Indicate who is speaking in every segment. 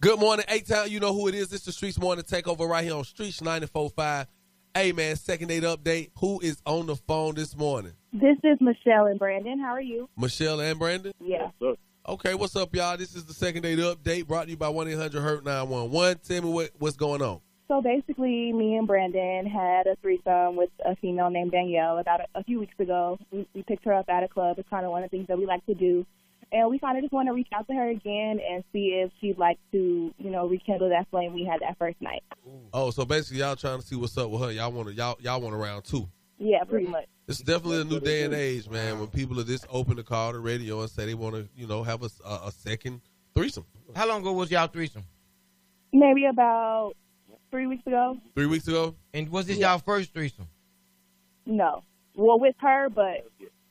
Speaker 1: Good morning, eight town. You know who it is. It's the Streets Morning Takeover right here on Streets 94.5. Hey, man, second date update. Who is on the phone this morning?
Speaker 2: This is Michelle and Brandon. How are you?
Speaker 1: Michelle and Brandon?
Speaker 2: Yeah.
Speaker 1: Okay, what's up, y'all? This is the second date update brought to you by 1 800 Hurt 911. Tell me what, what's going on.
Speaker 2: So basically, me and Brandon had a threesome with a female named Danielle about a, a few weeks ago. We, we picked her up at a club. It's kind of one of the things that we like to do. And we kind of just want to reach out to her again and see if she'd like to, you know, rekindle that flame we had that first night.
Speaker 1: Oh, so basically, y'all trying to see what's up with her. Y'all want to y'all y'all want a round two.
Speaker 2: Yeah, pretty much.
Speaker 1: It's definitely a new day and age, man. When people are this open to call the radio and say they want to, you know, have a, s- a- a second threesome.
Speaker 3: How long ago was y'all threesome?
Speaker 2: Maybe about three weeks ago.
Speaker 1: Three weeks ago,
Speaker 3: And was this
Speaker 2: Yeah.
Speaker 3: y'all first threesome?
Speaker 2: No. Well, with her, but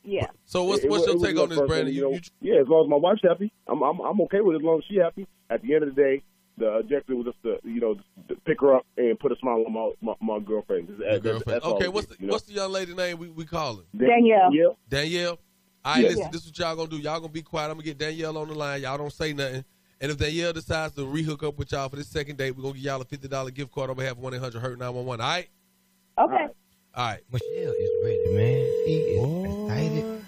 Speaker 2: yeah.
Speaker 1: So what's
Speaker 4: It- it
Speaker 1: what's
Speaker 4: was-
Speaker 1: your
Speaker 4: it was
Speaker 1: take
Speaker 4: my
Speaker 1: on this,
Speaker 4: first
Speaker 1: Brandon?
Speaker 4: thing,
Speaker 1: You,
Speaker 4: know,
Speaker 1: you,
Speaker 4: yeah, as long as my wife's happy, I'm I'm I'm okay with it. As long as she's happy. At the end of the day, the objective was just to you know to pick her up and put a smile on my my, my girlfriend. Just-
Speaker 1: your
Speaker 4: that's-
Speaker 1: girlfriend.
Speaker 4: that's all
Speaker 1: Okay,
Speaker 4: it
Speaker 1: what's
Speaker 4: is,
Speaker 1: the,
Speaker 4: you know?
Speaker 1: what's the young lady name we we calling?
Speaker 2: Danielle.
Speaker 4: Yeah.
Speaker 1: Danielle. All right,
Speaker 4: Yeah.
Speaker 1: listen.
Speaker 2: Yeah.
Speaker 1: This is what y'all gonna do. Y'all gonna be quiet. I'm gonna get Danielle on the line. Y'all don't say nothing. And if Danielle decides to rehook up with y'all for this second date, we're gonna give y'all a fifty dollar gift card on behalf of one eight hundred hurt nine one one. All right.
Speaker 2: Okay.
Speaker 1: All right.
Speaker 3: Michelle is ready, man. She is excited.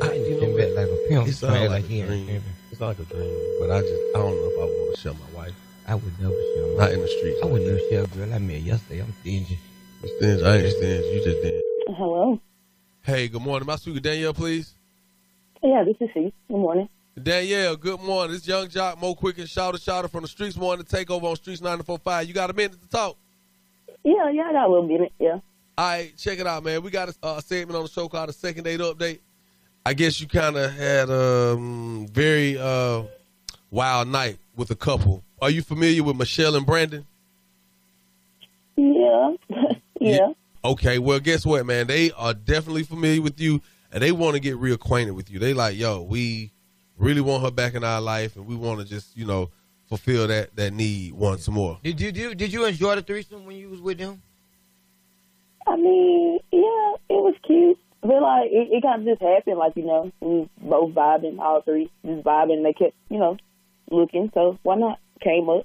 Speaker 3: I, you know back like a pimp.
Speaker 1: It sound
Speaker 3: man,
Speaker 1: like a
Speaker 3: he ain't
Speaker 1: dream.
Speaker 3: tripping.
Speaker 1: It's like a dream, but I just I don't know if I want to show my wife.
Speaker 3: I would never share.
Speaker 1: Not in the street.
Speaker 3: I would never share, girl. I met yesterday. I'm stingy.
Speaker 1: I ain't stingy. You just did.
Speaker 2: Hello.
Speaker 1: Hey, good morning. My sweet Danielle, please.
Speaker 2: Yeah, this is she. Good morning.
Speaker 1: Danielle, good morning. It's Young Jock, Mo Quick, and Shouter Shouter from the Streets Morning Takeover on Streets 945. You got a minute to talk.
Speaker 2: Yeah, yeah, I got a little minute. Yeah.
Speaker 1: All right, check it out, man. We got a, a segment on the show called the Second Date Update. I guess you kind of had a um, very uh, wild night with a couple. Are you familiar with Michelle and Brandon?
Speaker 2: Yeah.
Speaker 1: Yeah. Okay, well, guess what, man? They are definitely familiar with you, and they want to get reacquainted with you. They like, yo, we really want her back in our life, and we want to just, you know, fulfill that that need once more.
Speaker 3: Did you, did you did you enjoy the threesome when you was with them?
Speaker 2: I mean, yeah, it was cute. But like, it, it kind of just happened. Like, you know, we both vibing, all three just vibing. and They kept, you know, looking. So why not? Came up.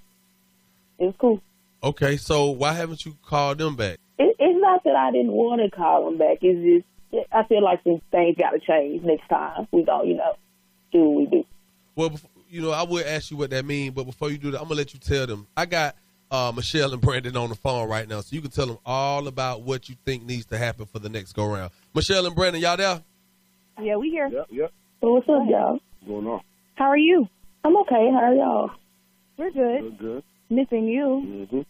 Speaker 2: It was cool.
Speaker 1: Okay, so why haven't you called them back?
Speaker 2: It, it's not that I didn't want to call them back. It's just I feel like some things got to change next time. We gon' you know, do what we do.
Speaker 1: Well, bef- you know, I would ask you what that means, but before you do that, I'm gonna let you tell them. I got uh, Michelle and Brandon on the phone right now, so you can tell them all about what you think needs to happen for the next go round. Michelle and Brandon, y'all there?
Speaker 2: Yeah, we here.
Speaker 4: Yeah, yeah.
Speaker 2: So what's up, y'all?
Speaker 4: What's going on?
Speaker 2: How are you? I'm okay. How are y'all? We're
Speaker 4: Good, good.
Speaker 2: Missing you.
Speaker 4: Mm-hmm.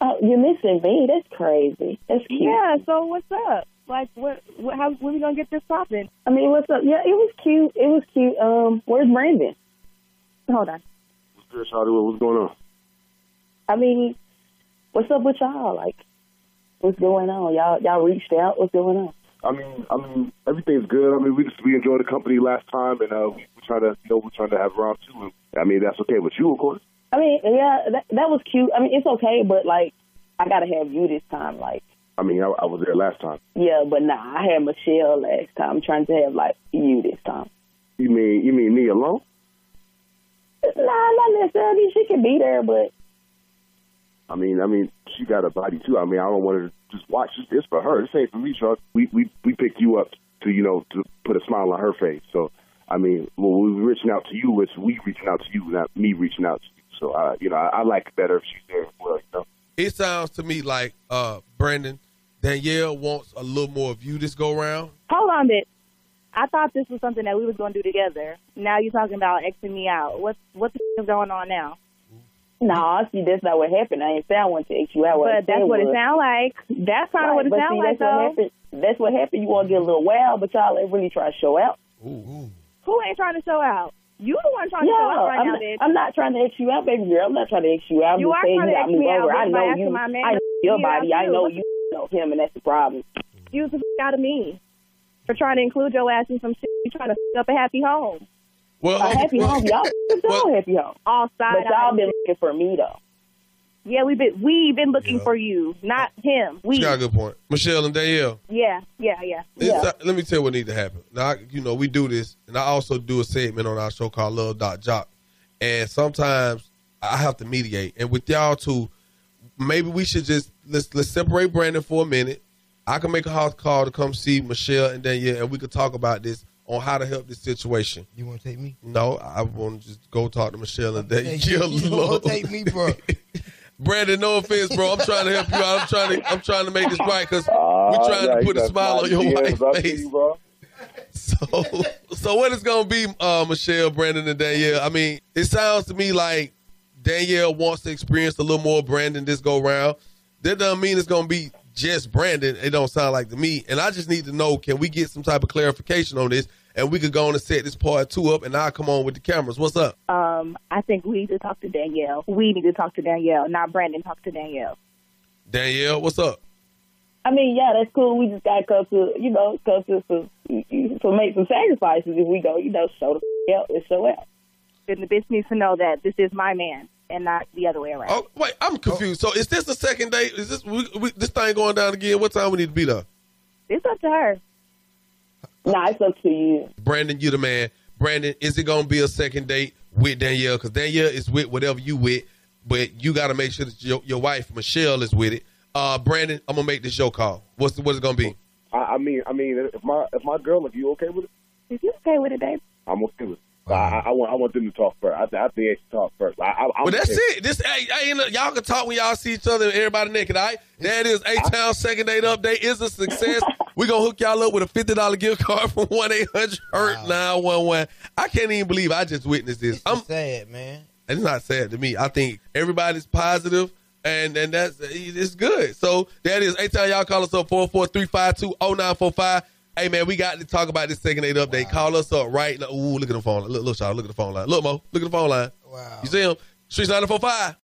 Speaker 2: Oh, you're missing me. That's crazy. That's cute.
Speaker 5: Yeah, so what's up? Like, what, what how, when we gonna get this popping?
Speaker 2: I mean, what's up? Yeah, it was cute. It was cute. Um, where's Brandon? Hold on.
Speaker 4: What's good, Shawty? What's going on?
Speaker 2: I mean, what's up with y'all? Like, what's going on? Y'all, y'all reached out. What's going on?
Speaker 4: I mean, I mean, everything's good. I mean, we just we enjoyed the company last time, and uh, we, we trying to, you know, we're trying to have round two. And, I mean, that's okay with you, of course.
Speaker 2: I mean, yeah, that that was cute. I mean, it's okay, but like, I gotta have you this time. Like,
Speaker 4: I mean, I, I was there last time.
Speaker 2: yeah, but nah, I had Michelle last time. I'm trying to have like you this time.
Speaker 4: You mean, you mean me alone?
Speaker 2: Nah, not necessarily. She can be there, but
Speaker 4: I mean, I mean, she got a body too. I mean, I don't want her to just watch. This, this for her. This ain't for me, Charles. We we we picked you up to you know to put a smile on her face. So, I mean, when we reaching out to you, it's we reaching out to you, not me reaching out to you. So, I you know, I, I like it better if she's there as well. You know,
Speaker 1: it sounds to me like uh Brandon Danielle wants a little more of you this go round.
Speaker 5: Hold on, bit. I thought this was something that we was gonna do together. Now you're talking about Xing me out. What's what the f- is going on now?
Speaker 2: nah, see, that's not what happened. I ain't say I want to X you out. What I
Speaker 5: but that's
Speaker 2: said
Speaker 5: what it
Speaker 2: was-
Speaker 5: sound like. That's kind of
Speaker 2: Right,
Speaker 5: what it
Speaker 2: but
Speaker 5: sound
Speaker 2: see,
Speaker 5: like,
Speaker 2: that's what
Speaker 5: though.
Speaker 2: happened. That's what happened. You want to get a little wild, but y'all ain't really trying to show out.
Speaker 1: Ooh.
Speaker 5: Who ain't trying to show out? You the one trying
Speaker 2: yeah,
Speaker 5: to show out right
Speaker 2: I'm,
Speaker 5: now,
Speaker 2: not,
Speaker 5: bitch.
Speaker 2: I'm not trying to X you out, baby girl. I'm not trying to X you out. I'm
Speaker 5: You
Speaker 2: just
Speaker 5: are
Speaker 2: saying
Speaker 5: trying
Speaker 2: you
Speaker 5: to
Speaker 2: got
Speaker 5: X
Speaker 2: move
Speaker 5: me out,
Speaker 2: over. I
Speaker 5: bitch, by
Speaker 2: know
Speaker 5: asking
Speaker 2: you.
Speaker 5: my man
Speaker 2: I know
Speaker 5: to
Speaker 2: your
Speaker 5: beat out
Speaker 2: body. I
Speaker 5: you.
Speaker 2: know
Speaker 5: What
Speaker 2: you know him, and that's the problem.
Speaker 5: Excuse the f- out of me for trying to include your ass in some shit. You trying to f- up a happy home?
Speaker 1: Well,
Speaker 2: A happy home, y'all. It's all happy home.
Speaker 5: All
Speaker 2: But
Speaker 5: side
Speaker 2: y'all
Speaker 5: eyes.
Speaker 2: been looking for me though.
Speaker 5: Yeah, we've been we been looking
Speaker 1: Yeah.
Speaker 5: for you, not him. We
Speaker 1: She got a good point, Michelle and Danielle.
Speaker 5: yeah yeah yeah.
Speaker 1: it's
Speaker 2: Yeah.
Speaker 1: ti- let me tell you what needs to happen. Now, I, you know, we do this, and I also do a segment on our show called Love Dot Jock, and sometimes I have to mediate. And with y'all too, maybe we should just let's let's separate Brandon for a minute. I can make a house call to come see Michelle and Danielle, and we could talk about this on how to help this situation.
Speaker 3: You want to take me?
Speaker 1: No, I want to just go talk to Michelle and
Speaker 3: Hey,
Speaker 1: Danielle.
Speaker 3: you
Speaker 1: Lord.
Speaker 3: want to take me, bro?
Speaker 1: Brandon, no offense, bro. I'm trying to help you out. I'm trying to I'm trying to make this right because we're trying
Speaker 4: Ah, yeah,
Speaker 1: to
Speaker 4: you
Speaker 1: put a
Speaker 4: got
Speaker 1: smile on
Speaker 4: five
Speaker 1: your
Speaker 4: years up
Speaker 1: wife's
Speaker 4: to
Speaker 1: face.
Speaker 4: you, bro.
Speaker 1: So, so what it's gonna be, uh, Michelle, Brandon, and Danielle? I mean, it sounds to me like Danielle wants to experience a little more of Brandon this go round. That doesn't mean it's gonna be just Brandon. It don't sound like to me. And I just need to know: can we get some type of clarification on this? And we could go on and set this part two up, and I'll come on with the cameras. What's up?
Speaker 2: Um, I think we need to talk to Danielle. We need to talk to Danielle, not Brandon. Talk to Danielle.
Speaker 1: Danielle, what's up?
Speaker 5: I mean, yeah, that's cool. We just got to come to, you know, come to some, to make some sacrifices if we go, you know, show the f- out and show out.
Speaker 2: Then the bitch needs to know that this is my man and not the other way around.
Speaker 1: Oh, wait, I'm confused. So, is this the second date? Is this we, we, this thing going down again? What time we need to be there?
Speaker 2: It's up to her.
Speaker 5: Nah, it's up to you.
Speaker 1: Brandon, you the man. Brandon, is it gonna be a second date with Danielle? Because Danielle is with whatever you with, but you gotta make sure that your, your wife Michelle is with it. Uh, Brandon, I'm gonna make this your call. What's what's it gonna be?
Speaker 4: I, I mean, I mean, if my if my girl, if you okay with it,
Speaker 2: If you okay with it, babe?
Speaker 4: I'm okay with it. I, I, I want I want them to talk first. I, th- I think they should talk first. I, I, I'm
Speaker 1: Well, that's
Speaker 4: okay.
Speaker 1: it. This hey, hey, ain't no- y'all can talk when y'all see each other and everybody naked. All right, that is a town second date update is a success. We gonna hook y'all up with a fifty dollar gift card from one eight hundred hurt nine one one. I can't even believe I just witnessed this.
Speaker 3: It's
Speaker 1: I'm
Speaker 3: sad, man.
Speaker 1: it's not sad to me. I think everybody's positive and and that's it's good. So that is eight time y'all call us up 443-520-945. Hey man, we got to talk about this second eight update. Call us up right now. Ooh, look at the phone line. Look, look, y'all, look at the phone line. Look, Mo, look at the phone line.
Speaker 3: Wow.
Speaker 1: You see him? Streets 945.